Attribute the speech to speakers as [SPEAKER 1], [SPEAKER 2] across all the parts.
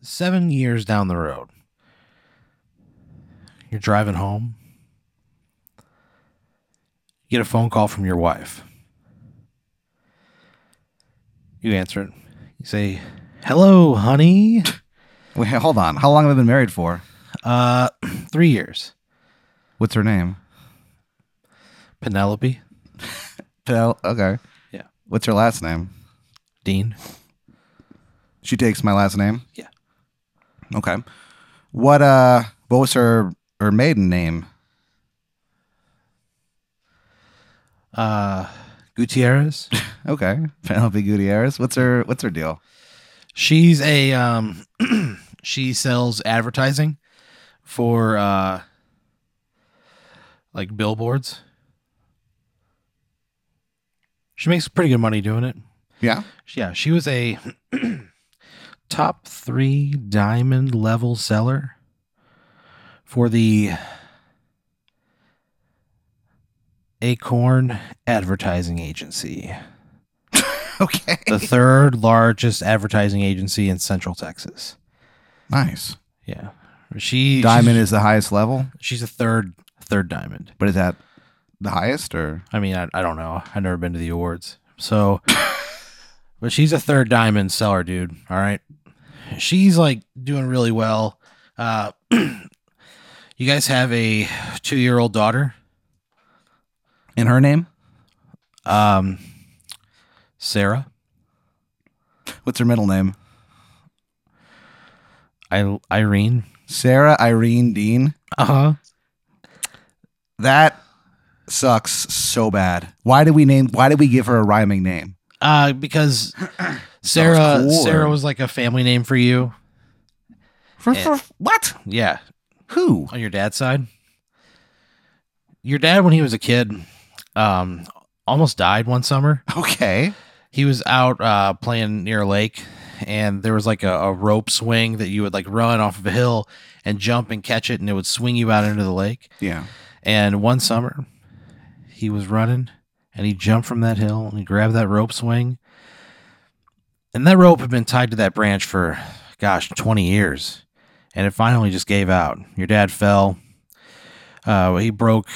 [SPEAKER 1] seven years down the road, you're driving home, you get a phone call from your wife. You answer it. You say, Hello, honey.
[SPEAKER 2] Wait, hold on. How long have they been married for?
[SPEAKER 1] Uh, three years.
[SPEAKER 2] What's her name?
[SPEAKER 1] Penelope,
[SPEAKER 2] Pel. Okay.
[SPEAKER 1] Yeah.
[SPEAKER 2] What's her last name?
[SPEAKER 1] Dean.
[SPEAKER 2] She takes my last name.
[SPEAKER 1] Yeah.
[SPEAKER 2] Okay. What uh? What was her her maiden name?
[SPEAKER 1] Uh, Gutierrez.
[SPEAKER 2] Okay. Penelope Gutierrez. What's her What's her deal?
[SPEAKER 1] She's a um she sells advertising for uh like billboards. She makes pretty good money doing it.
[SPEAKER 2] Yeah.
[SPEAKER 1] Yeah, she was a top 3 diamond level seller for the Acorn Advertising Agency,
[SPEAKER 2] Okay.
[SPEAKER 1] the third largest advertising agency in Central Texas.
[SPEAKER 2] Nice.
[SPEAKER 1] Yeah. She
[SPEAKER 2] Diamond is the highest level,
[SPEAKER 1] She's, she's a third third diamond.
[SPEAKER 2] but is that the highest or?
[SPEAKER 1] I mean, I, I don't know. I've never been to the awards. So but she's a third diamond seller, dude. All right. She's like doing really well. Uh you guys have a 2-year-old daughter?
[SPEAKER 2] In her name?
[SPEAKER 1] Um Sarah.
[SPEAKER 2] What's her middle name?
[SPEAKER 1] I, Irene.
[SPEAKER 2] Sarah Irene Dean.
[SPEAKER 1] Uh-huh.
[SPEAKER 2] That sucks so bad. Why did we name? Why did we give her a rhyming name?
[SPEAKER 1] Uh because Sarah
[SPEAKER 2] cool.
[SPEAKER 1] Sarah was like a family name for you.
[SPEAKER 2] For,
[SPEAKER 1] Eh.
[SPEAKER 2] for what?
[SPEAKER 1] Yeah.
[SPEAKER 2] Who?
[SPEAKER 1] on your dad's side your dad when he was a kid um almost died one summer
[SPEAKER 2] Okay.
[SPEAKER 1] he was out uh playing near a lake and there was like a, a rope swing that you would like run off of a hill and jump and catch it and it would swing you out into the lake
[SPEAKER 2] Yeah.
[SPEAKER 1] and one summer he was running and he jumped from that hill and he grabbed that rope swing and that rope had been tied to that branch for gosh 20 years and it finally just gave out your dad fell uh, he broke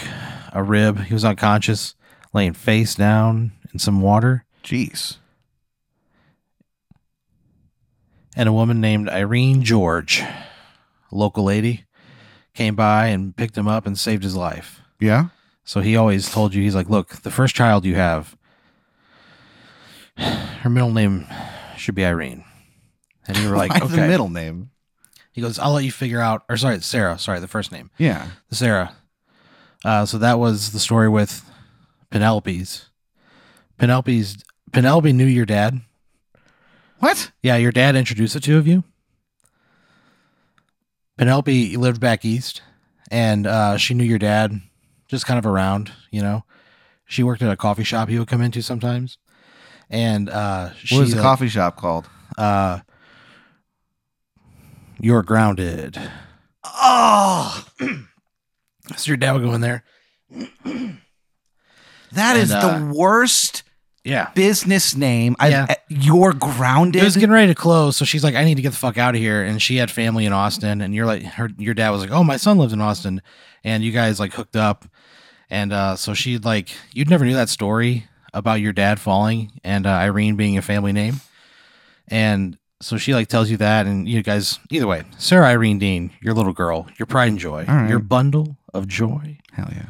[SPEAKER 1] a rib he was unconscious laying face down in some water
[SPEAKER 2] Jeez.
[SPEAKER 1] and a woman named irene george a local lady came by and picked him up and saved his life
[SPEAKER 2] Yeah.
[SPEAKER 1] So he always told you, he's like, look, the first child you have, her middle name should be Irene. And you were like,
[SPEAKER 2] Why
[SPEAKER 1] okay.
[SPEAKER 2] the middle name?
[SPEAKER 1] He goes, I'll let you figure out. Or sorry, it's Sarah. Sorry, the first name,
[SPEAKER 2] Yeah.
[SPEAKER 1] Sarah. Uh, so that was the story with Penelope's. Penelope's Penelope knew your dad.
[SPEAKER 2] What?
[SPEAKER 1] Yeah, your dad introduced the two of you. Penelope lived back east, and uh, she knew your dad just kind of around, you know. She worked at a coffee shop he would come into sometimes. And uh, she
[SPEAKER 2] What was the
[SPEAKER 1] like,
[SPEAKER 2] coffee shop called?
[SPEAKER 1] Uh, You're grounded.
[SPEAKER 2] Oh,
[SPEAKER 1] So your dad would go in there.
[SPEAKER 2] that
[SPEAKER 1] And,
[SPEAKER 2] is
[SPEAKER 1] uh,
[SPEAKER 2] the worst
[SPEAKER 1] Yeah.
[SPEAKER 2] business name.
[SPEAKER 1] Yeah.
[SPEAKER 2] I, you're
[SPEAKER 1] It
[SPEAKER 2] grounded.
[SPEAKER 1] was getting ready to close, so she's like, "I need to get the fuck out of here." And she had family in Austin, and you're like, her, your dad was like, "Oh, my son lives in Austin," and you guys like hooked up, and uh, so she like, you'd never knew that story about your dad falling and uh, Irene being a family name, and so she like tells you that, and you guys, either way, Sarah Irene Dean, your little girl, your pride and joy,
[SPEAKER 2] All right.
[SPEAKER 1] your bundle of joy.
[SPEAKER 2] Hell yeah.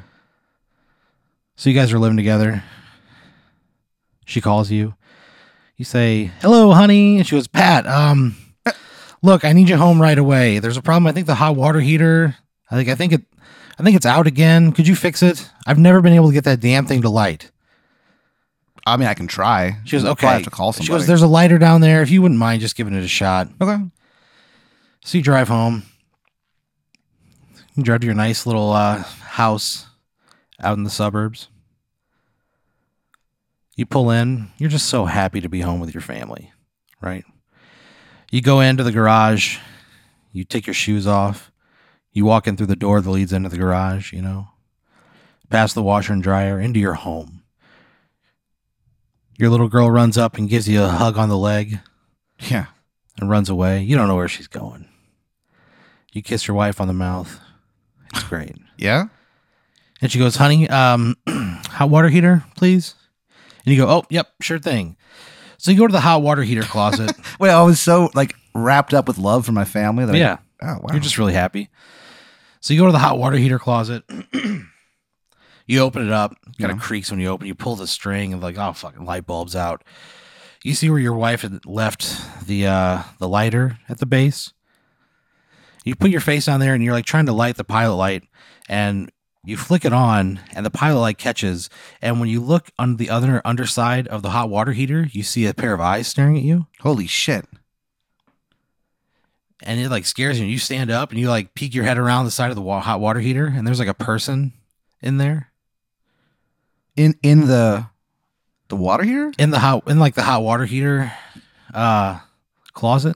[SPEAKER 1] So you guys are living together. She calls you. You say, "Hello, honey," and she goes, "Pat, um, look, I need you home right away. There's a problem. I think the hot water heater. I think I think it, I think it's out again. Could you fix it? I've never been able to get that damn thing to light."
[SPEAKER 2] I mean, I can try.
[SPEAKER 1] She goes,
[SPEAKER 2] I'll
[SPEAKER 1] "Okay."
[SPEAKER 2] probably have to call somebody.
[SPEAKER 1] She goes, "There's a lighter down there. If you wouldn't mind just giving it a shot."
[SPEAKER 2] okay.
[SPEAKER 1] So you drive home. You drive to your nice little uh, house out in the suburbs. You pull in. You're just so happy to be home with your family, right? You go into the garage. You take your shoes off. You walk in through the door that leads into the garage, you know, past the washer and dryer into your home. Your little girl runs up and gives you a hug on the leg.
[SPEAKER 2] Yeah.
[SPEAKER 1] and runs away. You don't know where she's going. You kiss your wife on the mouth. It's great.
[SPEAKER 2] Yeah.
[SPEAKER 1] And she goes, "Honey, um, hot water heater, please." And you go, "Oh, yep, sure thing." So you go to the hot water heater closet.
[SPEAKER 2] Wait, I was so like wrapped up with love for my family that
[SPEAKER 1] yeah,
[SPEAKER 2] I, oh wow,
[SPEAKER 1] you're just really happy. So you go to the hot water heater closet. you open it up. Kind of
[SPEAKER 2] Yeah.
[SPEAKER 1] creaks when you open. You pull the string and like, oh fucking light bulbs out. You see where your wife had left the uh, the lighter at the base. You put your face on there and you're like trying to light the pilot light, and you flick it on, and the pilot light catches. And when you look on the other underside of the hot water heater, you see a pair of eyes staring at you
[SPEAKER 2] holy shit.
[SPEAKER 1] and it like scares you. And you stand up and you like peek your head around the side of the wa- hot water heater, and there's like a person in there
[SPEAKER 2] In in the the water here?
[SPEAKER 1] in the hot in like the hot water heater uh closet.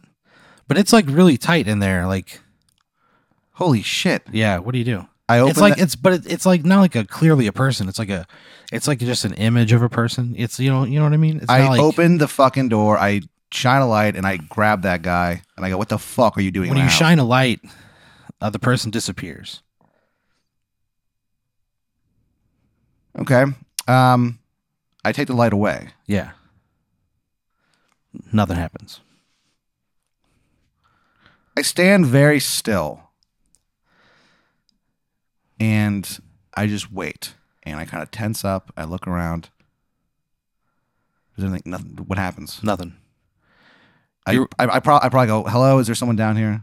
[SPEAKER 1] But it's like really tight in there. Like,
[SPEAKER 2] Holy shit.
[SPEAKER 1] yeah, what do you do?
[SPEAKER 2] I opened
[SPEAKER 1] It's like
[SPEAKER 2] that-
[SPEAKER 1] it's but it, it's like not like a clearly a person. It's like a it's like just an image of a person. It's you know you know what I mean. It's
[SPEAKER 2] I
[SPEAKER 1] not like
[SPEAKER 2] opened the fucking door, I shine a light, and I grab that guy and I go, What the fuck are you doing?
[SPEAKER 1] when you
[SPEAKER 2] now?"
[SPEAKER 1] shine a light, uh, the person disappears.
[SPEAKER 2] Okay. Um I take the light away.
[SPEAKER 1] Yeah, nothing happens.
[SPEAKER 2] I stand very still. And I just wait. And I kind of tense up. I look around. There's anything, nothing. What happens?
[SPEAKER 1] Nothing.
[SPEAKER 2] I, I,
[SPEAKER 1] You're-
[SPEAKER 2] I, prob- I probably go, hello, is there someone down here?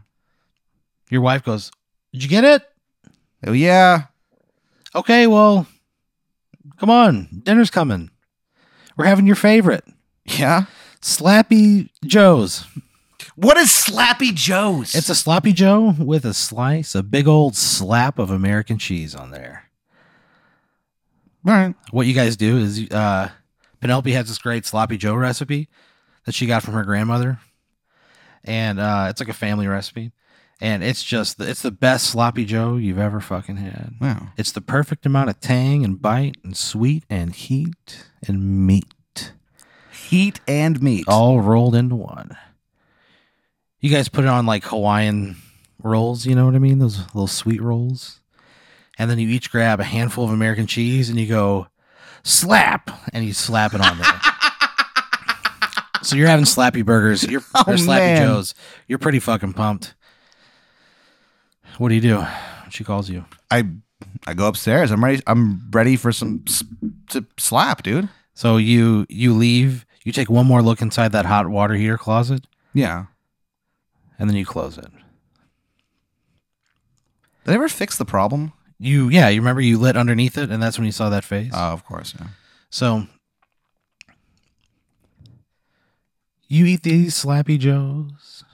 [SPEAKER 1] Your wife goes, "Did you get it?"
[SPEAKER 2] Oh, yeah.
[SPEAKER 1] Okay, well, come on. Dinner's coming. We're having your favorite,
[SPEAKER 2] Yeah.
[SPEAKER 1] Slappy Joe's.
[SPEAKER 2] What is Slappy Joe's?
[SPEAKER 1] It's a Sloppy Joe with a slice, a big old slap of American cheese on there.
[SPEAKER 2] All right.
[SPEAKER 1] What you guys do is uh, Penelope has this great Sloppy Joe recipe that she got from her grandmother. And uh, it's like a family recipe. And it's just, it's the best Sloppy Joe you've ever fucking had.
[SPEAKER 2] Wow.
[SPEAKER 1] It's the perfect amount of tang and bite and sweet and heat and meat.
[SPEAKER 2] Heat and meat.
[SPEAKER 1] all rolled into one. You guys put it on like Hawaiian rolls, you know what I mean? Those little sweet rolls. And then you each grab a handful of American cheese and you go slap and you slap it on there. so you're having slappy burgers, you're
[SPEAKER 2] Oh,
[SPEAKER 1] or slappy
[SPEAKER 2] man.
[SPEAKER 1] joes. You're pretty fucking pumped. What do you do? She calls you.
[SPEAKER 2] I I go upstairs. I'm ready. I'm ready for some s- to slap, dude.
[SPEAKER 1] So you you leave, you take one more look inside that hot water heater closet,
[SPEAKER 2] Yeah.
[SPEAKER 1] and then you close it.
[SPEAKER 2] Did I ever fix the problem?
[SPEAKER 1] You yeah, you remember you lit underneath it, and that's when you saw that face.
[SPEAKER 2] Oh, of course. Yeah.
[SPEAKER 1] so you eat these Slappy Joes,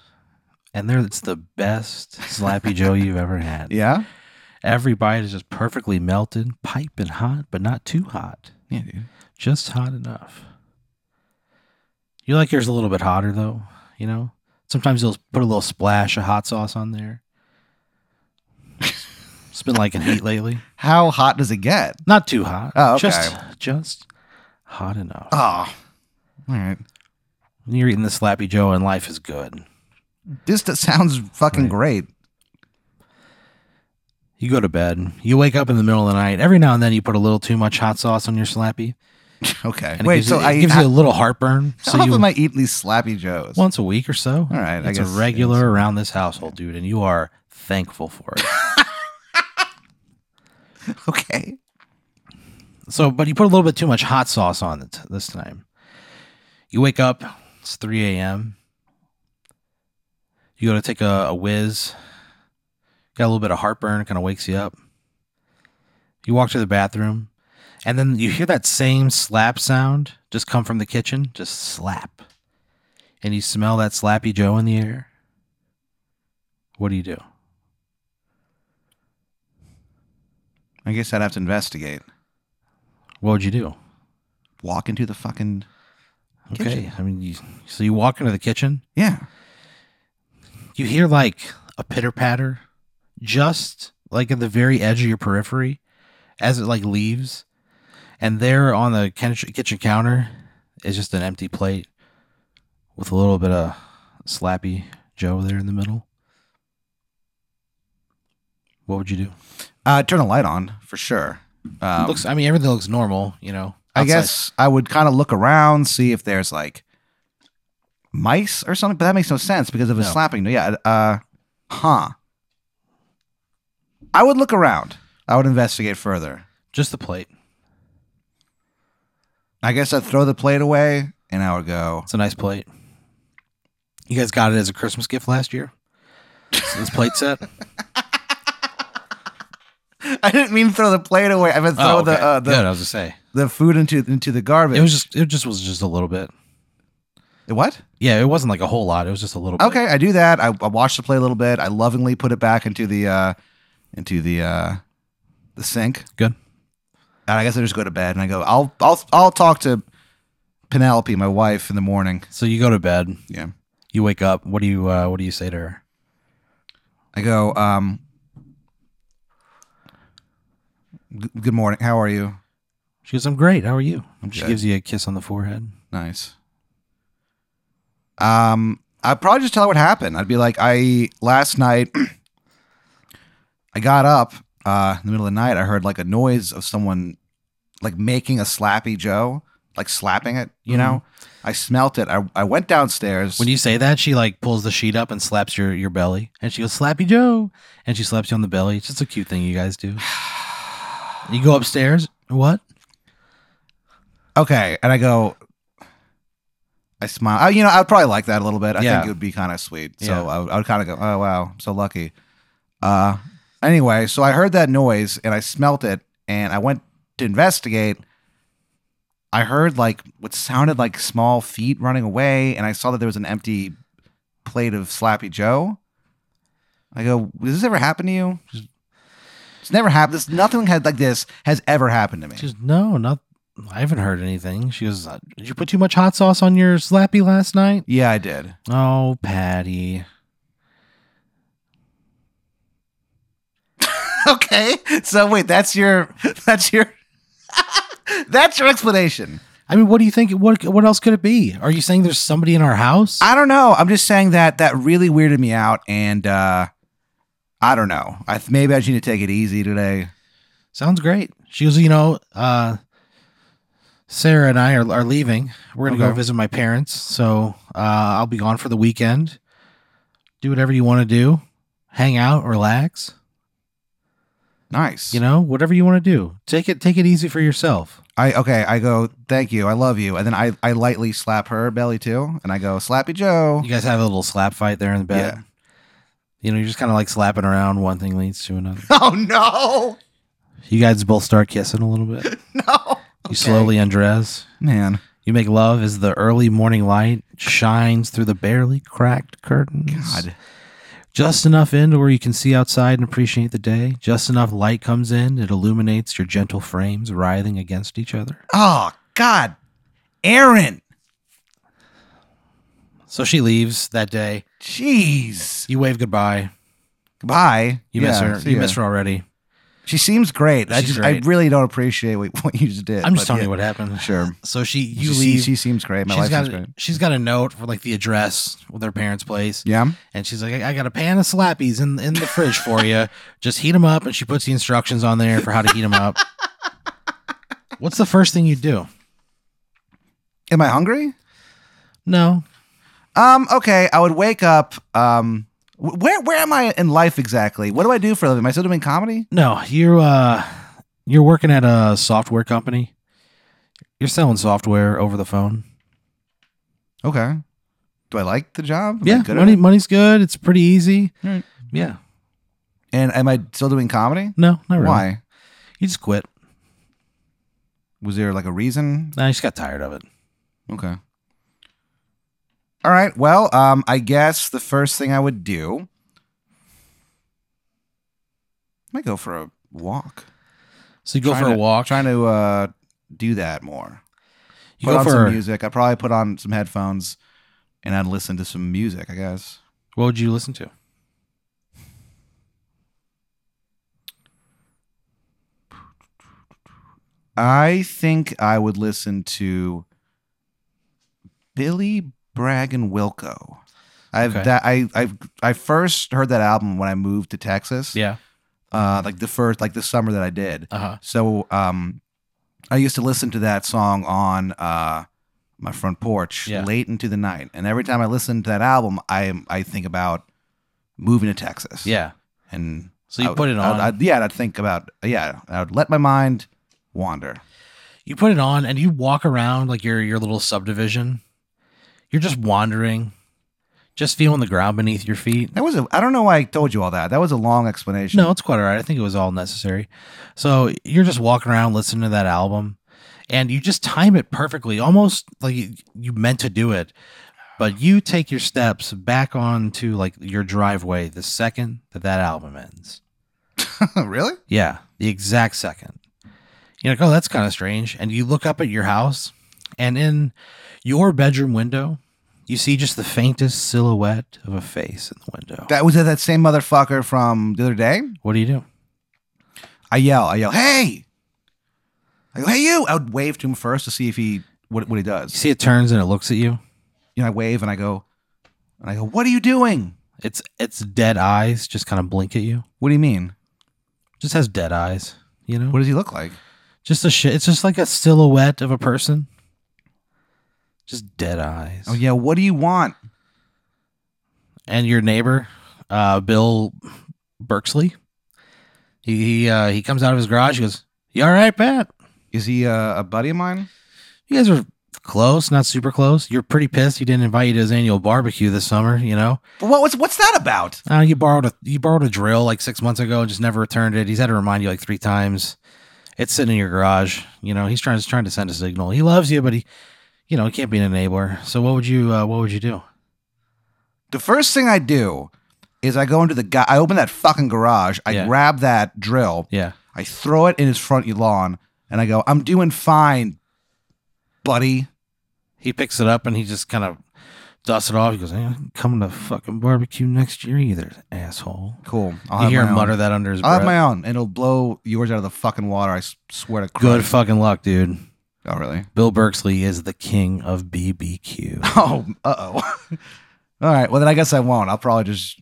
[SPEAKER 1] and they're it's the best Slappy Joe you've ever had.
[SPEAKER 2] Yeah.
[SPEAKER 1] Every bite is just perfectly melted, piping hot, but not too hot,
[SPEAKER 2] Yeah, dude.
[SPEAKER 1] just hot enough. You like yours a little bit hotter though, you know. Sometimes you'll put a little splash of hot sauce on there. It's been like in heat lately.
[SPEAKER 2] How hot does it get?
[SPEAKER 1] Not too hot.
[SPEAKER 2] Oh, okay.
[SPEAKER 1] Just, just hot enough.
[SPEAKER 2] Oh, all right.
[SPEAKER 1] When You're eating the Slappy Joe, and life is good.
[SPEAKER 2] This that sounds fucking
[SPEAKER 1] Right.
[SPEAKER 2] great.
[SPEAKER 1] You go to bed. You wake up in the middle of the night. Every now and then, you put a little too much hot sauce on your Slappy,
[SPEAKER 2] Okay.
[SPEAKER 1] and it
[SPEAKER 2] Wait,
[SPEAKER 1] gives,
[SPEAKER 2] so
[SPEAKER 1] you, it
[SPEAKER 2] I
[SPEAKER 1] gives
[SPEAKER 2] how,
[SPEAKER 1] you a little heartburn.
[SPEAKER 2] how
[SPEAKER 1] So you
[SPEAKER 2] often am I eating these Slappy Joes?
[SPEAKER 1] once a week or so.
[SPEAKER 2] All right, I
[SPEAKER 1] it's
[SPEAKER 2] guess-
[SPEAKER 1] a regular around this household, dude, and you are thankful for it.
[SPEAKER 2] okay.
[SPEAKER 1] So, but you put a little bit too much hot sauce on it this time. You wake up, it's 3 a.m. You go to take a, a whiz. Got a little bit of heartburn, kind of wakes you up. You walk to the bathroom, and then you hear that same slap sound just come from the kitchen, just slap. And you smell that slappy Joe in the air. What do you do?
[SPEAKER 2] I guess I'd have to investigate.
[SPEAKER 1] What would you do?
[SPEAKER 2] Walk into the fucking
[SPEAKER 1] Okay.
[SPEAKER 2] Kitchen.
[SPEAKER 1] I mean, you, so you walk into the kitchen.
[SPEAKER 2] yeah.
[SPEAKER 1] you hear like a pitter patter just like at the very edge of your periphery as it like leaves and there on the ken- kitchen counter is just an empty plate with a little bit of Slappy Joe there in the middle, what would you do?
[SPEAKER 2] Uh, turn a light on for sure. Um,
[SPEAKER 1] looks. I mean, everything looks normal. You know.
[SPEAKER 2] I
[SPEAKER 1] outside.
[SPEAKER 2] guess I would kind of look around, see if there's like mice or something, but that makes no sense because of a
[SPEAKER 1] No.
[SPEAKER 2] slapping. Yeah. Uh, huh. I would look around. I would investigate further.
[SPEAKER 1] just the plate.
[SPEAKER 2] I guess I'd throw the plate away and I would go.
[SPEAKER 1] It's a nice plate. You guys got it as a Christmas gift last year. this plate set.
[SPEAKER 2] I didn't mean throw the plate away. I meant throw
[SPEAKER 1] Oh, okay.
[SPEAKER 2] the, uh,
[SPEAKER 1] Good.
[SPEAKER 2] the
[SPEAKER 1] I was gonna say
[SPEAKER 2] the food into into the garbage.
[SPEAKER 1] it was just it just was just a little bit.
[SPEAKER 2] what?
[SPEAKER 1] Yeah, it wasn't like a whole lot. It was just a little. bit.
[SPEAKER 2] Okay, I do that. I, I watch the play a little bit. I lovingly put it back into the uh, into the uh, the sink.
[SPEAKER 1] Good.
[SPEAKER 2] And I guess I just go to bed and I go, I'll I'll I'll talk to Penelope, my wife, in the morning.
[SPEAKER 1] So you go to bed.
[SPEAKER 2] Yeah.
[SPEAKER 1] You wake up. What do you uh, What do you say to her?
[SPEAKER 2] I go, um "G- good morning. How are you?
[SPEAKER 1] She goes, "I'm great. How are you?" She
[SPEAKER 2] good.
[SPEAKER 1] gives you a kiss on the forehead.
[SPEAKER 2] Nice. Um, I'd probably just tell her what happened. I'd be like, I last night I got up uh, in the middle of the night. I heard like a noise of someone like making a slappy Joe, like slapping it. You know, I smelt it. I, I went downstairs.
[SPEAKER 1] When you say that, she like pulls the sheet up and slaps your your belly, and she goes, "Slappy Joe," and she slaps you on the belly. It's just a cute thing you guys do. You go upstairs. What?
[SPEAKER 2] okay, and I go. I smile. I, you know, I'd probably like that a little bit. I
[SPEAKER 1] Yeah.
[SPEAKER 2] think it would be kind of sweet. So
[SPEAKER 1] Yeah.
[SPEAKER 2] I would, I would kind of go, oh wow, I'm so lucky. Uh, anyway, so I heard that noise and I smelt it and I went to investigate. I heard like what sounded like small feet running away, and I saw that there was an empty plate of Slappy Joe. I go, does this ever happen to you? She's- It's never happened. This nothing had like this has ever happened to me.
[SPEAKER 1] She goes, "No, not. I haven't heard anything." She goes, "Uh, "Did you put too much hot sauce on your slappy last night?"
[SPEAKER 2] yeah, I did.
[SPEAKER 1] Oh, Patty.
[SPEAKER 2] okay. So wait, that's your that's your that's your explanation.
[SPEAKER 1] I mean, what do you think? What What else could it be? Are you saying there's somebody in our house?
[SPEAKER 2] I don't know. I'm just saying that that really weirded me out, and uh I don't know. I th- maybe I just need to take it easy today.
[SPEAKER 1] Sounds great. She goes, you know, uh, Sarah and I are, are leaving. We're going to go
[SPEAKER 2] Okay.
[SPEAKER 1] visit my parents. So uh, I'll be gone for the weekend. Do whatever you want to do. Hang out, relax,
[SPEAKER 2] Nice.
[SPEAKER 1] you know, whatever you want to do. Take it take it easy for yourself.
[SPEAKER 2] I okay. I go. Thank you. I love you. And then I I lightly slap her belly too, and I go Slappy Joe.
[SPEAKER 1] You guys have a little slap fight there in the bed.
[SPEAKER 2] Yeah.
[SPEAKER 1] You know, you're just kind of like slapping around. One thing leads to another.
[SPEAKER 2] Oh no,
[SPEAKER 1] You guys both start kissing a little bit.
[SPEAKER 2] no.
[SPEAKER 1] You slowly undress.
[SPEAKER 2] Man,
[SPEAKER 1] You make love as the early morning light shines through the barely cracked curtains.
[SPEAKER 2] God.
[SPEAKER 1] Just enough in to where you can see outside and appreciate the day. Just enough light comes in, it illuminates your gentle frames writhing against each other.
[SPEAKER 2] Oh God, Aaron.
[SPEAKER 1] So she leaves that day.
[SPEAKER 2] Jeez.
[SPEAKER 1] You wave goodbye.
[SPEAKER 2] Goodbye.
[SPEAKER 1] You miss
[SPEAKER 2] Yeah,
[SPEAKER 1] her.
[SPEAKER 2] see
[SPEAKER 1] You
[SPEAKER 2] ya.
[SPEAKER 1] miss her already.
[SPEAKER 2] She seems great. I
[SPEAKER 1] She's
[SPEAKER 2] just
[SPEAKER 1] great.
[SPEAKER 2] I really don't appreciate what, what you just did.
[SPEAKER 1] I'm just
[SPEAKER 2] but
[SPEAKER 1] telling you
[SPEAKER 2] yeah.
[SPEAKER 1] what happened.
[SPEAKER 2] Sure.
[SPEAKER 1] So she you
[SPEAKER 2] she,
[SPEAKER 1] leave.
[SPEAKER 2] She, seems great. My
[SPEAKER 1] she's
[SPEAKER 2] life
[SPEAKER 1] got
[SPEAKER 2] seems
[SPEAKER 1] a,
[SPEAKER 2] great.
[SPEAKER 1] she's got a note for like the address with her parents' place.
[SPEAKER 2] Yeah.
[SPEAKER 1] And she's like, I, I got a pan of slappies in in the fridge for you. Just heat them up. And she puts the instructions on there for how to heat them up. What's the first thing you do?
[SPEAKER 2] Am I hungry?
[SPEAKER 1] No,
[SPEAKER 2] Um. Okay. I would wake up. Um. wh- Where Where am I in life exactly? What do I do for a living? Am I still doing comedy?
[SPEAKER 1] No, you uh you're working at a software company. You're selling software over the phone.
[SPEAKER 2] Okay. Do I like the job? Am I
[SPEAKER 1] yeah,
[SPEAKER 2] good at
[SPEAKER 1] money
[SPEAKER 2] it?
[SPEAKER 1] money's good. It's pretty easy.
[SPEAKER 2] Right.
[SPEAKER 1] Yeah.
[SPEAKER 2] And am I still doing comedy?
[SPEAKER 1] No, not really.
[SPEAKER 2] Why?
[SPEAKER 1] You just quit.
[SPEAKER 2] Was there like a reason?
[SPEAKER 1] I just got tired of it.
[SPEAKER 2] Okay. All right. Well, um, I guess the first thing I would do might go for a walk.
[SPEAKER 1] So you go
[SPEAKER 2] Trying
[SPEAKER 1] for a
[SPEAKER 2] to-
[SPEAKER 1] walk.
[SPEAKER 2] Trying to uh, do that more.
[SPEAKER 1] you
[SPEAKER 2] put
[SPEAKER 1] go
[SPEAKER 2] on some
[SPEAKER 1] for
[SPEAKER 2] music. I probably put on some headphones and I'd listen to some music, I guess.
[SPEAKER 1] what would you listen to? Mm-hmm.
[SPEAKER 2] I think I would listen to Billy Bragg and Wilco. I've
[SPEAKER 1] Okay.
[SPEAKER 2] that I I I first heard that album when I moved to Texas.
[SPEAKER 1] Yeah.
[SPEAKER 2] Uh, like the first like the summer that I did.
[SPEAKER 1] Uh huh.
[SPEAKER 2] So um, I used to listen to that song on uh my front porch
[SPEAKER 1] Yeah.
[SPEAKER 2] late into the night, and every time I listen to that album, I am I think about moving to Texas.
[SPEAKER 1] Yeah.
[SPEAKER 2] and
[SPEAKER 1] So you
[SPEAKER 2] I would-
[SPEAKER 1] put it
[SPEAKER 2] I
[SPEAKER 1] on.
[SPEAKER 2] would- I'd- yeah, and I'd think about yeah. I would let my mind wander.
[SPEAKER 1] you put it on and you walk around like your your little subdivision. You're just wandering, just feeling the ground beneath your feet.
[SPEAKER 2] That was a. I don't know why I told you all that. That was a long explanation.
[SPEAKER 1] No, it's quite all right. I think it was all necessary. So you're just walking around listening to that album, and you just time it perfectly, almost like you, you meant to do it. But you take your steps back onto like your driveway the second that that album ends.
[SPEAKER 2] really?
[SPEAKER 1] Yeah, the exact second. You're like, oh, that's kind of strange. And you look up at your house, and in your bedroom window, you see just the faintest silhouette of a face in the window.
[SPEAKER 2] That was it. That same motherfucker from the other day.
[SPEAKER 1] what do you do?
[SPEAKER 2] I yell. I yell. Hey. I go. Hey, you. I would wave to him first to see if he what what he
[SPEAKER 1] You
[SPEAKER 2] does.
[SPEAKER 1] see, it turns and it looks at you.
[SPEAKER 2] You know, I wave and I go, and I go. What are you doing?
[SPEAKER 1] It's its dead eyes just kind of blink at you.
[SPEAKER 2] What do you mean?
[SPEAKER 1] Just has dead eyes, you know.
[SPEAKER 2] What does he look like?
[SPEAKER 1] Just a shit. It's just like a silhouette of a person. Just dead eyes.
[SPEAKER 2] Oh yeah. What do you want?
[SPEAKER 1] and your neighbor, uh, Bill Berksley. He he, uh, he comes out of his garage. He goes, "You all right, Pat?
[SPEAKER 2] Is he uh, a buddy of mine?
[SPEAKER 1] You guys are close, not super close. You're pretty pissed. He didn't invite you to his annual barbecue this summer. You know,
[SPEAKER 2] But what, what's what's that about?
[SPEAKER 1] uh, you borrowed a you borrowed a drill like six months ago and just never returned it. He's had to remind you like three times. It's sitting in your garage. You know, he's trying trying to send a signal. He loves you, but he, you know, he can't be an enabler. So what would you uh, what would you do?
[SPEAKER 2] The first thing I do is I go into the guy. I open that fucking garage. I
[SPEAKER 1] Yeah.
[SPEAKER 2] grab that drill.
[SPEAKER 1] Yeah,
[SPEAKER 2] I throw it in his front lawn, and I go, "I'm doing fine, buddy."
[SPEAKER 1] he picks it up and he just kind of dusts it off. He goes, "Eh, I'm coming to fucking barbecue next year either, asshole.
[SPEAKER 2] Cool. I'll
[SPEAKER 1] you
[SPEAKER 2] have
[SPEAKER 1] hear
[SPEAKER 2] my
[SPEAKER 1] him
[SPEAKER 2] own.
[SPEAKER 1] mutter that under his
[SPEAKER 2] I'll have
[SPEAKER 1] breath.
[SPEAKER 2] my own, and it'll blow yours out of the fucking water. I s- swear to
[SPEAKER 1] Good
[SPEAKER 2] Christ.
[SPEAKER 1] fucking luck, dude.
[SPEAKER 2] Oh really?
[SPEAKER 1] Bill Berksley is the king of BBQ.
[SPEAKER 2] Oh, uh oh. All right. Well, then I guess I won't. I'll probably just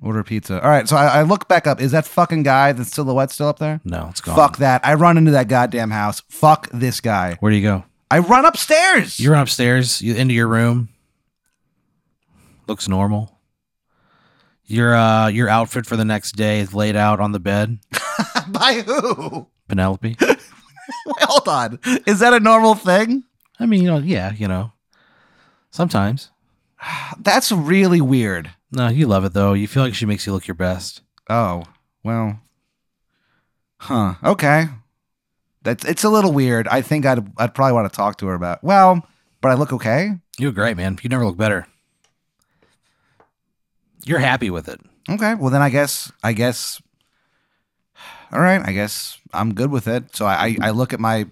[SPEAKER 2] order pizza. All right. So I, I look back up. Is that fucking guy, the silhouette, still up there?
[SPEAKER 1] No, it's gone.
[SPEAKER 2] Fuck that. I run into that goddamn house. Fuck this guy.
[SPEAKER 1] Where do you go?
[SPEAKER 2] I run upstairs.
[SPEAKER 1] You're upstairs, you into your room. Looks normal. Your uh your outfit for the next day is laid out on the bed,
[SPEAKER 2] By who?
[SPEAKER 1] Penelope.
[SPEAKER 2] Wait, hold on. Is that a normal thing?
[SPEAKER 1] I mean, you know, yeah, you know. Sometimes.
[SPEAKER 2] That's really weird.
[SPEAKER 1] No, you love it though. You feel like she makes you look your best.
[SPEAKER 2] Oh, well. Huh. Okay. That's it's a little weird. I think I'd I'd probably want to talk to her about. Well, but I look okay.
[SPEAKER 1] You're great, man. You never look better. You're happy with it.
[SPEAKER 2] Okay. Well, then I guess I guess All right, I guess I'm good with it. So I I, I look at my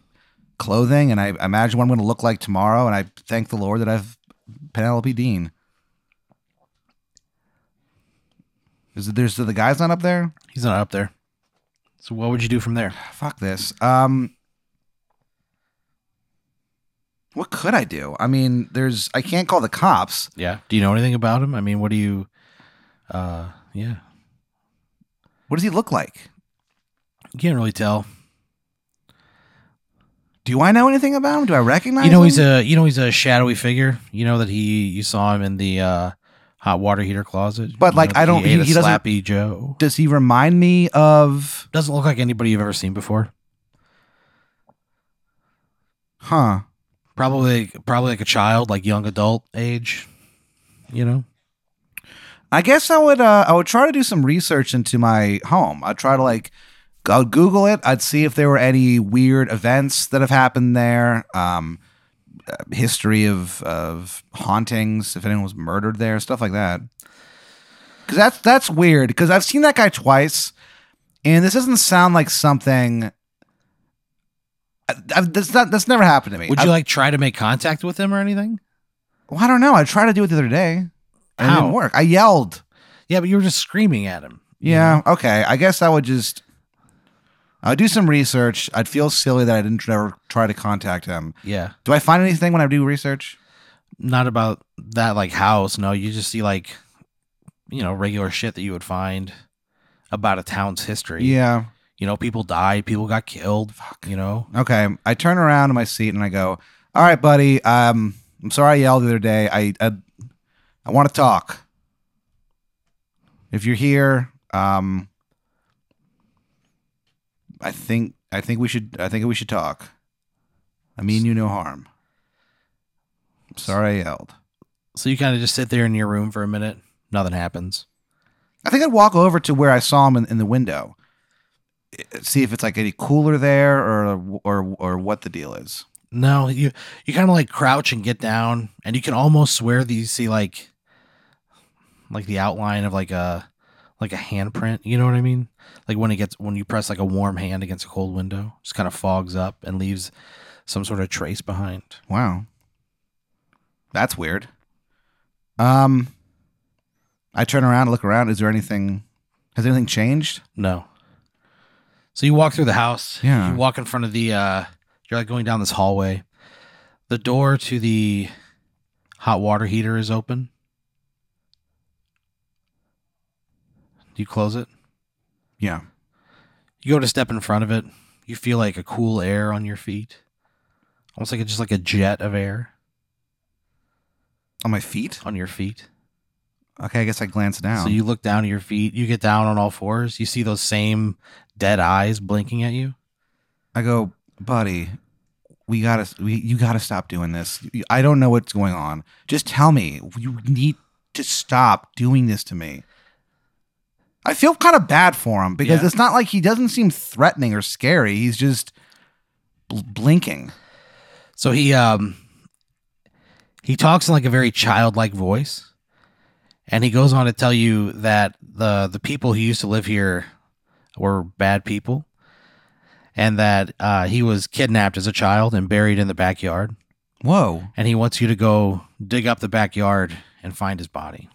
[SPEAKER 2] clothing and I imagine what I'm going to look like tomorrow and I thank the Lord that I've Penelope Dean. Is it, there's the guy's not up there?
[SPEAKER 1] He's not up there. So what would you do from there?
[SPEAKER 2] fuck this. Um, what could I do? I mean, there's I can't call the cops.
[SPEAKER 1] Yeah. Do you know anything about him? I mean, what do you uh yeah.
[SPEAKER 2] What does he look like?
[SPEAKER 1] You can't really tell.
[SPEAKER 2] Do I know anything about him? Do I recognize?
[SPEAKER 1] You know
[SPEAKER 2] him?
[SPEAKER 1] he's a you know he's a shadowy figure. You know that he you saw him in the uh hot water heater closet.
[SPEAKER 2] But,
[SPEAKER 1] You
[SPEAKER 2] like,
[SPEAKER 1] know that
[SPEAKER 2] I don't-
[SPEAKER 1] he, ate
[SPEAKER 2] he-
[SPEAKER 1] a
[SPEAKER 2] he doesn't-
[SPEAKER 1] slappy Joe.
[SPEAKER 2] Does he remind me of?
[SPEAKER 1] Doesn't look like anybody you've ever seen before.
[SPEAKER 2] Huh?
[SPEAKER 1] Probably probably like a child, like young adult age. You know?
[SPEAKER 2] I guess I would. Uh, I would try to do some research into my home. I'd try to like. I would Google it. I'd see if there were any weird events that have happened there. Um, uh, history of of hauntings. If anyone was murdered there, stuff like that. Because that's that's weird. Because I've seen that guy twice, and this doesn't sound like something. I, I, that's not. That's never happened to me.
[SPEAKER 1] Would
[SPEAKER 2] I,
[SPEAKER 1] you like try to make contact with him or anything?
[SPEAKER 2] well, I don't know. I tried to do it the other day. And It
[SPEAKER 1] How?
[SPEAKER 2] didn't work. I yelled.
[SPEAKER 1] Yeah, but you were just screaming at him.
[SPEAKER 2] Yeah. Okay. I guess I would just. I'd do some research. I'd feel silly that I didn't ever try to contact him.
[SPEAKER 1] Yeah.
[SPEAKER 2] Do I find anything when I do research?
[SPEAKER 1] not about that like house. No, you just see like you know regular shit that you would find about a town's history.
[SPEAKER 2] Yeah.
[SPEAKER 1] you know people died, people got killed. Fuck, you know.
[SPEAKER 2] Okay. I turn around in my seat and I go, "All right, buddy. Um, I'm sorry I yelled the other day. I I, I want to talk. If you're here, um, I think I think we should I think we should talk. I mean you no harm. I'm sorry I yelled.
[SPEAKER 1] So you kind of just sit there in your room for a minute. Nothing happens.
[SPEAKER 2] I think I'd walk over to where I saw him in, in the window, I- see if it's like any cooler there or or or what the deal is.
[SPEAKER 1] No, you you kind of like crouch and get down, and you can almost swear that you see like like the outline of like a like a handprint. You know what I mean? Like when it gets when you press like a warm hand against a cold window, just kind of fogs up and leaves some sort of trace behind.
[SPEAKER 2] Wow. That's weird. Um I turn around, look around. Is there anything has anything changed?
[SPEAKER 1] No. So you walk through the house.
[SPEAKER 2] Yeah.
[SPEAKER 1] You walk in front of the uh you're like going down this hallway. The door to the hot water heater is open. Do you close it?
[SPEAKER 2] Yeah.
[SPEAKER 1] You go to step in front of it. You feel like a cool air on your feet. Almost like a, just like a jet of air
[SPEAKER 2] On my feet?
[SPEAKER 1] on your feet.
[SPEAKER 2] Okay, I guess I glance down.
[SPEAKER 1] So you look down at your feet. You get down on all fours. You see those same dead eyes blinking at you.
[SPEAKER 2] I go, buddy, we gotta we you gotta stop doing this. You- I don't know what's going on. Just tell me. You need to stop doing this to me. I feel kind of bad for him because
[SPEAKER 1] Yeah.
[SPEAKER 2] it's not like he doesn't seem threatening or scary. He's just bl- blinking.
[SPEAKER 1] So he um he talks in like a very childlike voice, and he goes on to tell you that the the people who used to live here were bad people, and that uh, he was kidnapped as a child and buried in the backyard,
[SPEAKER 2] Whoa.
[SPEAKER 1] and he wants you to go dig up the backyard and find his body.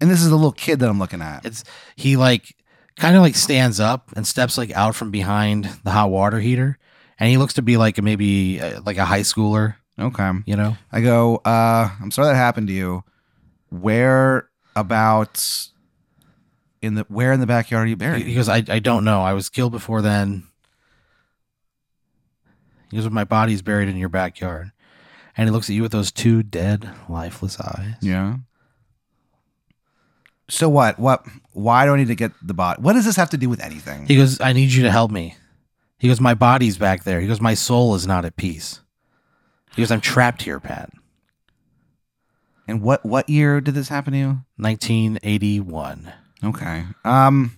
[SPEAKER 2] And this is the little kid that I'm looking at.
[SPEAKER 1] It's he like kind of like stands up and steps like out from behind the hot water heater, and he looks to be like maybe uh, like a high schooler,
[SPEAKER 2] Okay.
[SPEAKER 1] you know.
[SPEAKER 2] I go, uh, I'm sorry that happened to you. Where about in the where in the backyard are you
[SPEAKER 1] He-
[SPEAKER 2] buried?
[SPEAKER 1] He goes, I, I don't know. I was killed before then. He goes, My body's buried in your backyard. And he looks at you with those two dead, lifeless eyes.
[SPEAKER 2] Yeah. So what? What? Why do I need to get the bot? What does this have to do with anything?
[SPEAKER 1] He goes, I need you to help me. He goes, My body's back there. He goes, My soul is not at peace. He goes, I'm trapped here, Pat.
[SPEAKER 2] And what? What year did this happen to you?
[SPEAKER 1] 1981.
[SPEAKER 2] Okay. Um.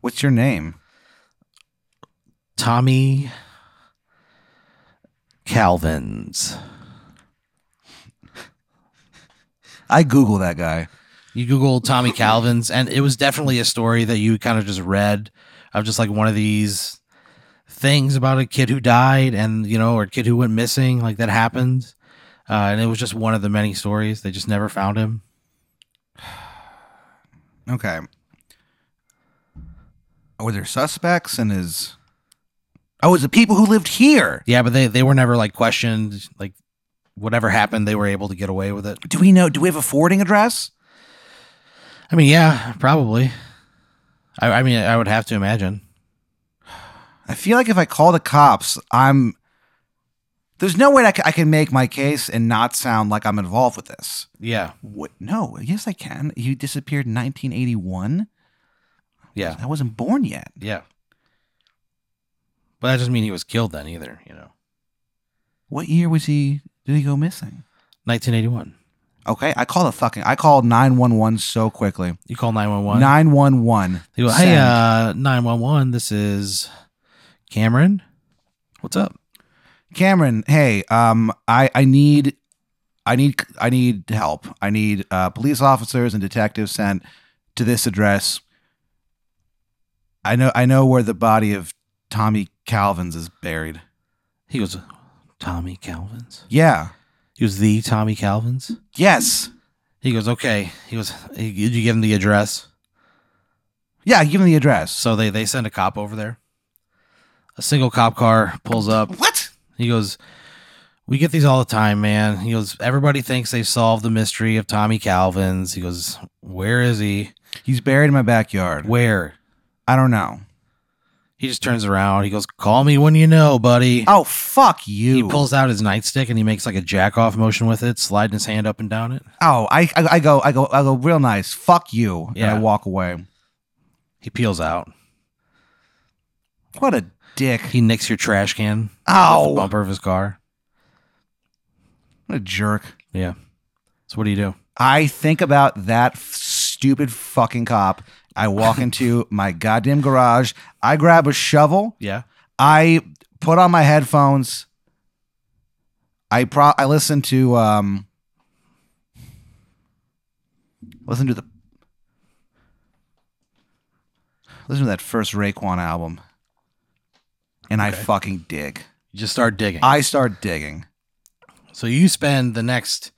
[SPEAKER 2] What's your name?
[SPEAKER 1] Tommy Calvin's.
[SPEAKER 2] I Google that guy.
[SPEAKER 1] You Google Tommy Calvin's, and it was definitely a story that you kind of just read of just like one of these things about a kid who died and, you know, or a kid who went missing. Like that happened. Uh, and it was just one of the many stories. They just never found him.
[SPEAKER 2] Okay. Were there suspects and his? Oh, it's the people who lived here.
[SPEAKER 1] Yeah, but they, they were never like questioned. Like whatever happened, they were able to get away with it.
[SPEAKER 2] Do we know? Do we have a forwarding address?
[SPEAKER 1] I mean, yeah, probably. I, I mean, I would have to imagine.
[SPEAKER 2] I feel like if I call the cops, I'm. There's no way I ca- I can make my case and not sound like I'm involved with this.
[SPEAKER 1] Yeah.
[SPEAKER 2] What? No. Yes, I can. You disappeared in 1981.
[SPEAKER 1] Yeah.
[SPEAKER 2] I wasn't born yet.
[SPEAKER 1] Yeah. But that doesn't mean he was killed then either, you know.
[SPEAKER 2] What year was he? Did he go missing?
[SPEAKER 1] 1981.
[SPEAKER 2] Okay, I call the fucking. I called 911 so quickly.
[SPEAKER 1] You call 911.
[SPEAKER 2] 911.
[SPEAKER 1] They go, hey,
[SPEAKER 2] Send.
[SPEAKER 1] uh, 911, this is Cameron. What's up?
[SPEAKER 2] Cameron, hey, um, I I need, I need, I need help. I need uh, police officers and detectives sent to this address. I know, I know where the body of Tommy Calvin's is buried.
[SPEAKER 1] He goes, Tommy Calvin's.
[SPEAKER 2] Yeah.
[SPEAKER 1] He was the Tommy Calvin's.
[SPEAKER 2] Yes.
[SPEAKER 1] He goes, okay. He goes, "Hey, did you give him the address?
[SPEAKER 2] Yeah. Give him the address.
[SPEAKER 1] So they, they send a cop over there. A single cop car pulls up.
[SPEAKER 2] What?
[SPEAKER 1] He goes, We get these all the time, man. He goes, Everybody thinks they've solved the mystery of Tommy Calvin's. He goes, Where is he?
[SPEAKER 2] He's buried in my backyard.
[SPEAKER 1] Where?
[SPEAKER 2] I don't know.
[SPEAKER 1] He just turns around. He goes, Call me when you know, buddy.
[SPEAKER 2] Oh fuck you!
[SPEAKER 1] He pulls out his nightstick and he makes like a jack off motion with it, sliding his hand up and down it.
[SPEAKER 2] oh, I, I I go I go I go real nice. Fuck you! And
[SPEAKER 1] Yeah.
[SPEAKER 2] I walk away.
[SPEAKER 1] He peels out.
[SPEAKER 2] What a dick!
[SPEAKER 1] He nicks your trash can, with the
[SPEAKER 2] Ow!
[SPEAKER 1] bumper of his car.
[SPEAKER 2] What a jerk!
[SPEAKER 1] Yeah. So what do you do?
[SPEAKER 2] I think about that f- stupid fucking cop. I walk into my goddamn garage. I grab a shovel.
[SPEAKER 1] Yeah.
[SPEAKER 2] I put on my headphones. I pro I listen to um listen to the listen to that first Raekwon album. And I fucking dig.
[SPEAKER 1] You just start digging.
[SPEAKER 2] I start digging.
[SPEAKER 1] So you spend the next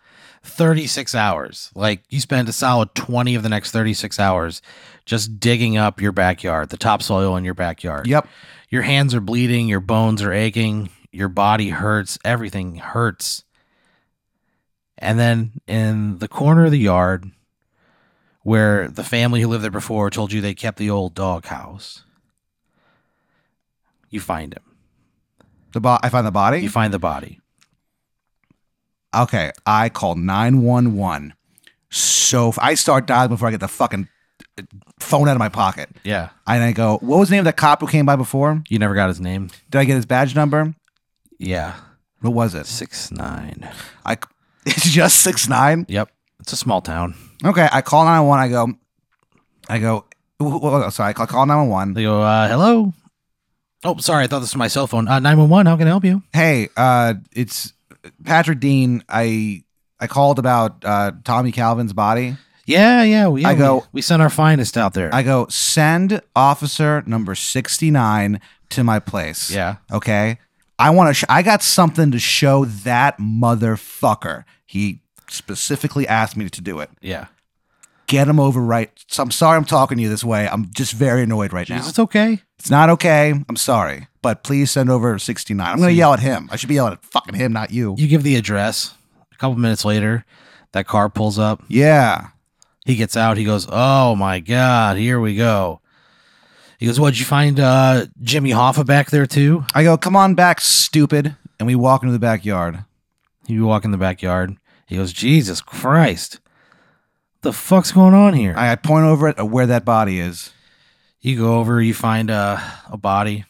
[SPEAKER 1] 36 hours, like you spend a solid 20 of the next 36 hours just digging up your backyard, the topsoil in your backyard.
[SPEAKER 2] Yep.
[SPEAKER 1] Your hands are bleeding, your bones are aching, your body hurts, everything hurts. And then in the corner of the yard where the family who lived there before told you they kept the old dog house, you find him.
[SPEAKER 2] The bo- I find the
[SPEAKER 1] You
[SPEAKER 2] body.
[SPEAKER 1] find the body.
[SPEAKER 2] Okay. I call 911. So f- I start dialing before I get the fucking uh, phone out of my pocket.
[SPEAKER 1] Yeah.
[SPEAKER 2] And I go, what was the name of the cop who came by before?
[SPEAKER 1] You never got his name?
[SPEAKER 2] Did I get his badge number?
[SPEAKER 1] Yeah.
[SPEAKER 2] What was it?
[SPEAKER 1] Six nine.
[SPEAKER 2] I it's just six nine.
[SPEAKER 1] Yep. It's a small town.
[SPEAKER 2] Okay, I call nine one. I go, I go. wh- wh- wh- Sorry, I call- call nine one.
[SPEAKER 1] They go, uh, hello. Oh, sorry. I thought this was my cell phone. Uh, 911. How can I help you?
[SPEAKER 2] Hey, uh, it's Patrick Dean. I I called about uh, Tommy Calvin's body.
[SPEAKER 1] Yeah, yeah. We, yeah,
[SPEAKER 2] I
[SPEAKER 1] we-
[SPEAKER 2] go-
[SPEAKER 1] we sent our finest out there.
[SPEAKER 2] I go send officer number sixty nine to my place.
[SPEAKER 1] yeah.
[SPEAKER 2] Okay. I want to. Sh- I got something to show that motherfucker. He specifically asked me to do it.
[SPEAKER 1] Yeah.
[SPEAKER 2] Get him over right. So I'm sorry I'm talking to you this way. I'm just very annoyed right now.
[SPEAKER 1] Jeez, it's okay.
[SPEAKER 2] It's not okay. I'm sorry, but please send over 69. I'm going to yell at him. I should be yelling at fucking him, not you.
[SPEAKER 1] You give the address. A couple minutes later, that car pulls up.
[SPEAKER 2] Yeah.
[SPEAKER 1] He gets out. He goes, oh my God. Here we go. He goes, what'd you find uh, Jimmy Hoffa back there too?
[SPEAKER 2] I go, come on back, stupid. And we walk into the backyard.
[SPEAKER 1] You walk in the backyard. He goes, Jesus Christ. The fuck's going on here?
[SPEAKER 2] I, I point over at where that body is.
[SPEAKER 1] You go over, you find uh, a, a body.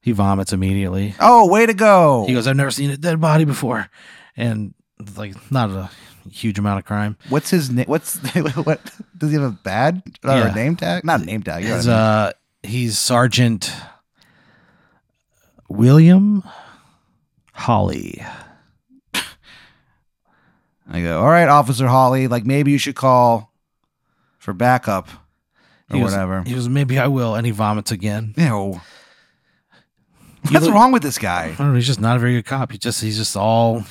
[SPEAKER 1] He vomits immediately.
[SPEAKER 2] Oh, way to go.
[SPEAKER 1] He goes, I've never seen a dead body before. And like not a huge amount of crime.
[SPEAKER 2] What's his name? What's what? Does he have a badge or
[SPEAKER 1] Yeah.
[SPEAKER 2] a name tag? Not a name tag. you know
[SPEAKER 1] His,
[SPEAKER 2] what I mean.
[SPEAKER 1] uh, he's Sergeant William Holly.
[SPEAKER 2] I go, all right, Officer Holly, like maybe you should call for backup or
[SPEAKER 1] He was-
[SPEAKER 2] whatever.
[SPEAKER 1] He goes, Maybe I will, and he vomits again.
[SPEAKER 2] Ew.
[SPEAKER 1] You
[SPEAKER 2] What's
[SPEAKER 1] look-
[SPEAKER 2] wrong with this guy?
[SPEAKER 1] I don't know, he's just not a very good cop. He just he's just all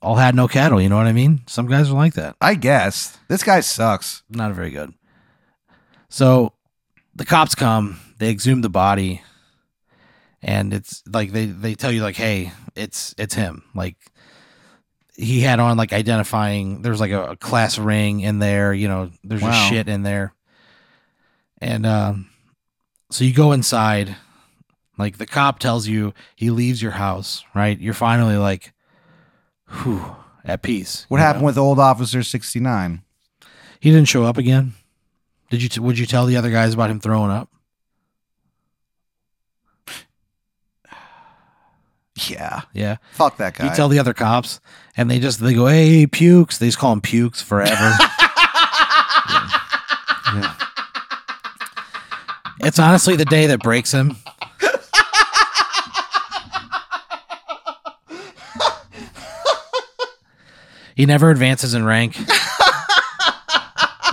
[SPEAKER 1] all had no cattle, you know what I mean? Some guys are like that.
[SPEAKER 2] I guess. This guy sucks.
[SPEAKER 1] not very good. So the cops come, they exhume the body, and it's like they they tell you like, hey, it's it's him. Like he had on like identifying. There's like a, a class ring in there. You know, there's
[SPEAKER 2] Wow.
[SPEAKER 1] just shit in there. And um, so you go inside. Like the cop tells you, he leaves your house. Right, you're finally like, whew, at peace.
[SPEAKER 2] What
[SPEAKER 1] you
[SPEAKER 2] happened
[SPEAKER 1] know?
[SPEAKER 2] with old Officer 69?
[SPEAKER 1] He didn't show up again. Did you? T- would you tell the other guys about him throwing up?
[SPEAKER 2] Yeah.
[SPEAKER 1] Yeah.
[SPEAKER 2] Fuck that guy.
[SPEAKER 1] You tell the other cops, and they just they go, "Hey, pukes." They just call him pukes forever. Yeah. It's honestly the day that breaks him. He never advances in rank.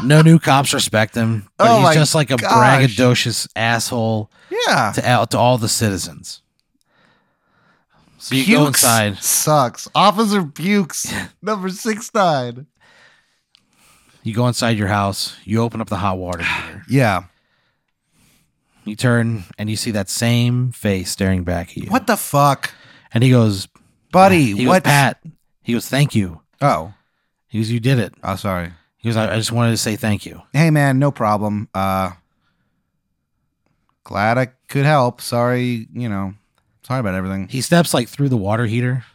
[SPEAKER 1] No new cops respect him, but
[SPEAKER 2] Oh my
[SPEAKER 1] he's just like a
[SPEAKER 2] gosh.
[SPEAKER 1] braggadocious asshole
[SPEAKER 2] yeah.
[SPEAKER 1] to out to all the citizens. So you go
[SPEAKER 2] Pukes
[SPEAKER 1] inside.
[SPEAKER 2] Sucks. Officer Pukes, number 69.
[SPEAKER 1] You go inside your house. You open up the hot water heater.
[SPEAKER 2] Yeah.
[SPEAKER 1] You turn and you see that same face staring back at you.
[SPEAKER 2] What the fuck?
[SPEAKER 1] And he goes,
[SPEAKER 2] buddy.
[SPEAKER 1] he
[SPEAKER 2] what?
[SPEAKER 1] goes, Pat. He goes, thank you.
[SPEAKER 2] Oh,
[SPEAKER 1] He goes, you did it.
[SPEAKER 2] oh, sorry.
[SPEAKER 1] He goes, I, I just wanted to say thank you.
[SPEAKER 2] Hey, man, no problem. Uh, glad I could help. Sorry, you know, sorry about everything.
[SPEAKER 1] He steps like through the water heater,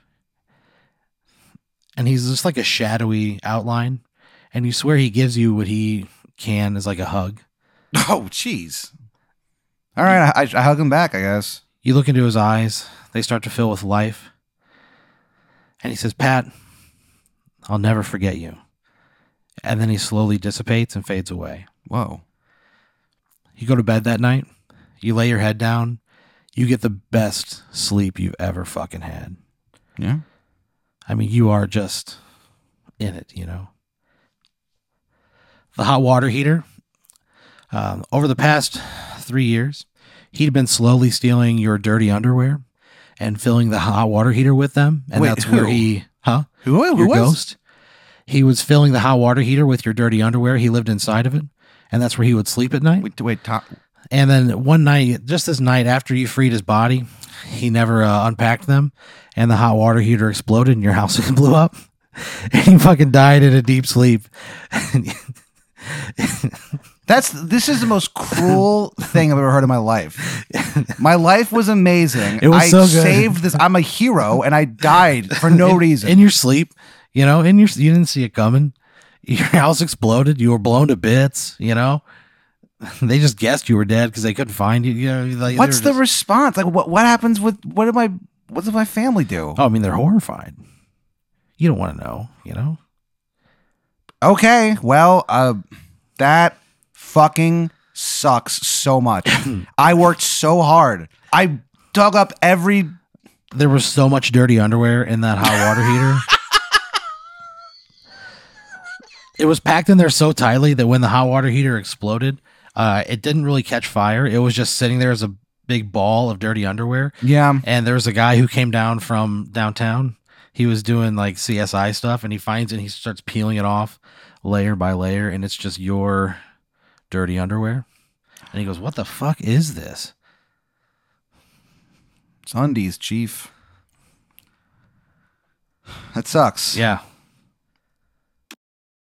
[SPEAKER 1] and he's just like a shadowy outline, and you swear he gives you what he can as like a hug.
[SPEAKER 2] Oh, jeez. All right, I, I hug him back, I guess.
[SPEAKER 1] You look into his eyes, they start to fill with life. And he says, Pat, I'll never forget you. And then he slowly dissipates and fades away.
[SPEAKER 2] Whoa.
[SPEAKER 1] You go to bed that night, you lay your head down, you get the best sleep you've ever fucking had.
[SPEAKER 2] Yeah.
[SPEAKER 1] I mean, you are just in it, you know. The hot water heater. Um, over the past three years, he'd been slowly stealing your dirty underwear and filling the hot water heater with them. And
[SPEAKER 2] Wait,
[SPEAKER 1] that's where
[SPEAKER 2] who?
[SPEAKER 1] he, huh?
[SPEAKER 2] Who, who
[SPEAKER 1] your
[SPEAKER 2] was?
[SPEAKER 1] ghost. He was filling the hot water heater with your dirty underwear. He lived inside of it. And that's where he would sleep at night.
[SPEAKER 2] Wait, wait, Tom.
[SPEAKER 1] And then one night, just this night after you freed his body, he never uh, unpacked them, and the hot water heater exploded, and your house blew up, and he fucking died in a deep sleep.
[SPEAKER 2] That's this is the most cruel thing I've ever heard in my life. My life was amazing.
[SPEAKER 1] It was
[SPEAKER 2] I
[SPEAKER 1] so good.
[SPEAKER 2] saved this. I'm a hero, and I died for no
[SPEAKER 1] In-
[SPEAKER 2] reason.
[SPEAKER 1] in your sleep. You know, in your you didn't see it coming. Your house exploded. You were blown to bits. You know, they just guessed you were dead because they couldn't find you. You know, like, they
[SPEAKER 2] What's
[SPEAKER 1] were
[SPEAKER 2] the
[SPEAKER 1] just-
[SPEAKER 2] response? Like, what what happens with what did my what does my family do?
[SPEAKER 1] oh, I mean, they're horrified. You don't want to know. You know,
[SPEAKER 2] Okay, well, uh, that fucking sucks so much. I worked so hard. I dug up every
[SPEAKER 1] there was so much dirty underwear in that hot water heater. it was packed in there so tightly that when the hot water heater exploded, uh, it didn't really catch fire. It was just sitting there as a big ball of dirty underwear.
[SPEAKER 2] yeah.
[SPEAKER 1] And there was a guy who came down from downtown. He was doing like CSI stuff, and he finds it. and he starts peeling it off layer by layer, and it's just your dirty underwear. And he goes, "What the fuck is this?"
[SPEAKER 2] It's undies, chief. That sucks.
[SPEAKER 1] Yeah,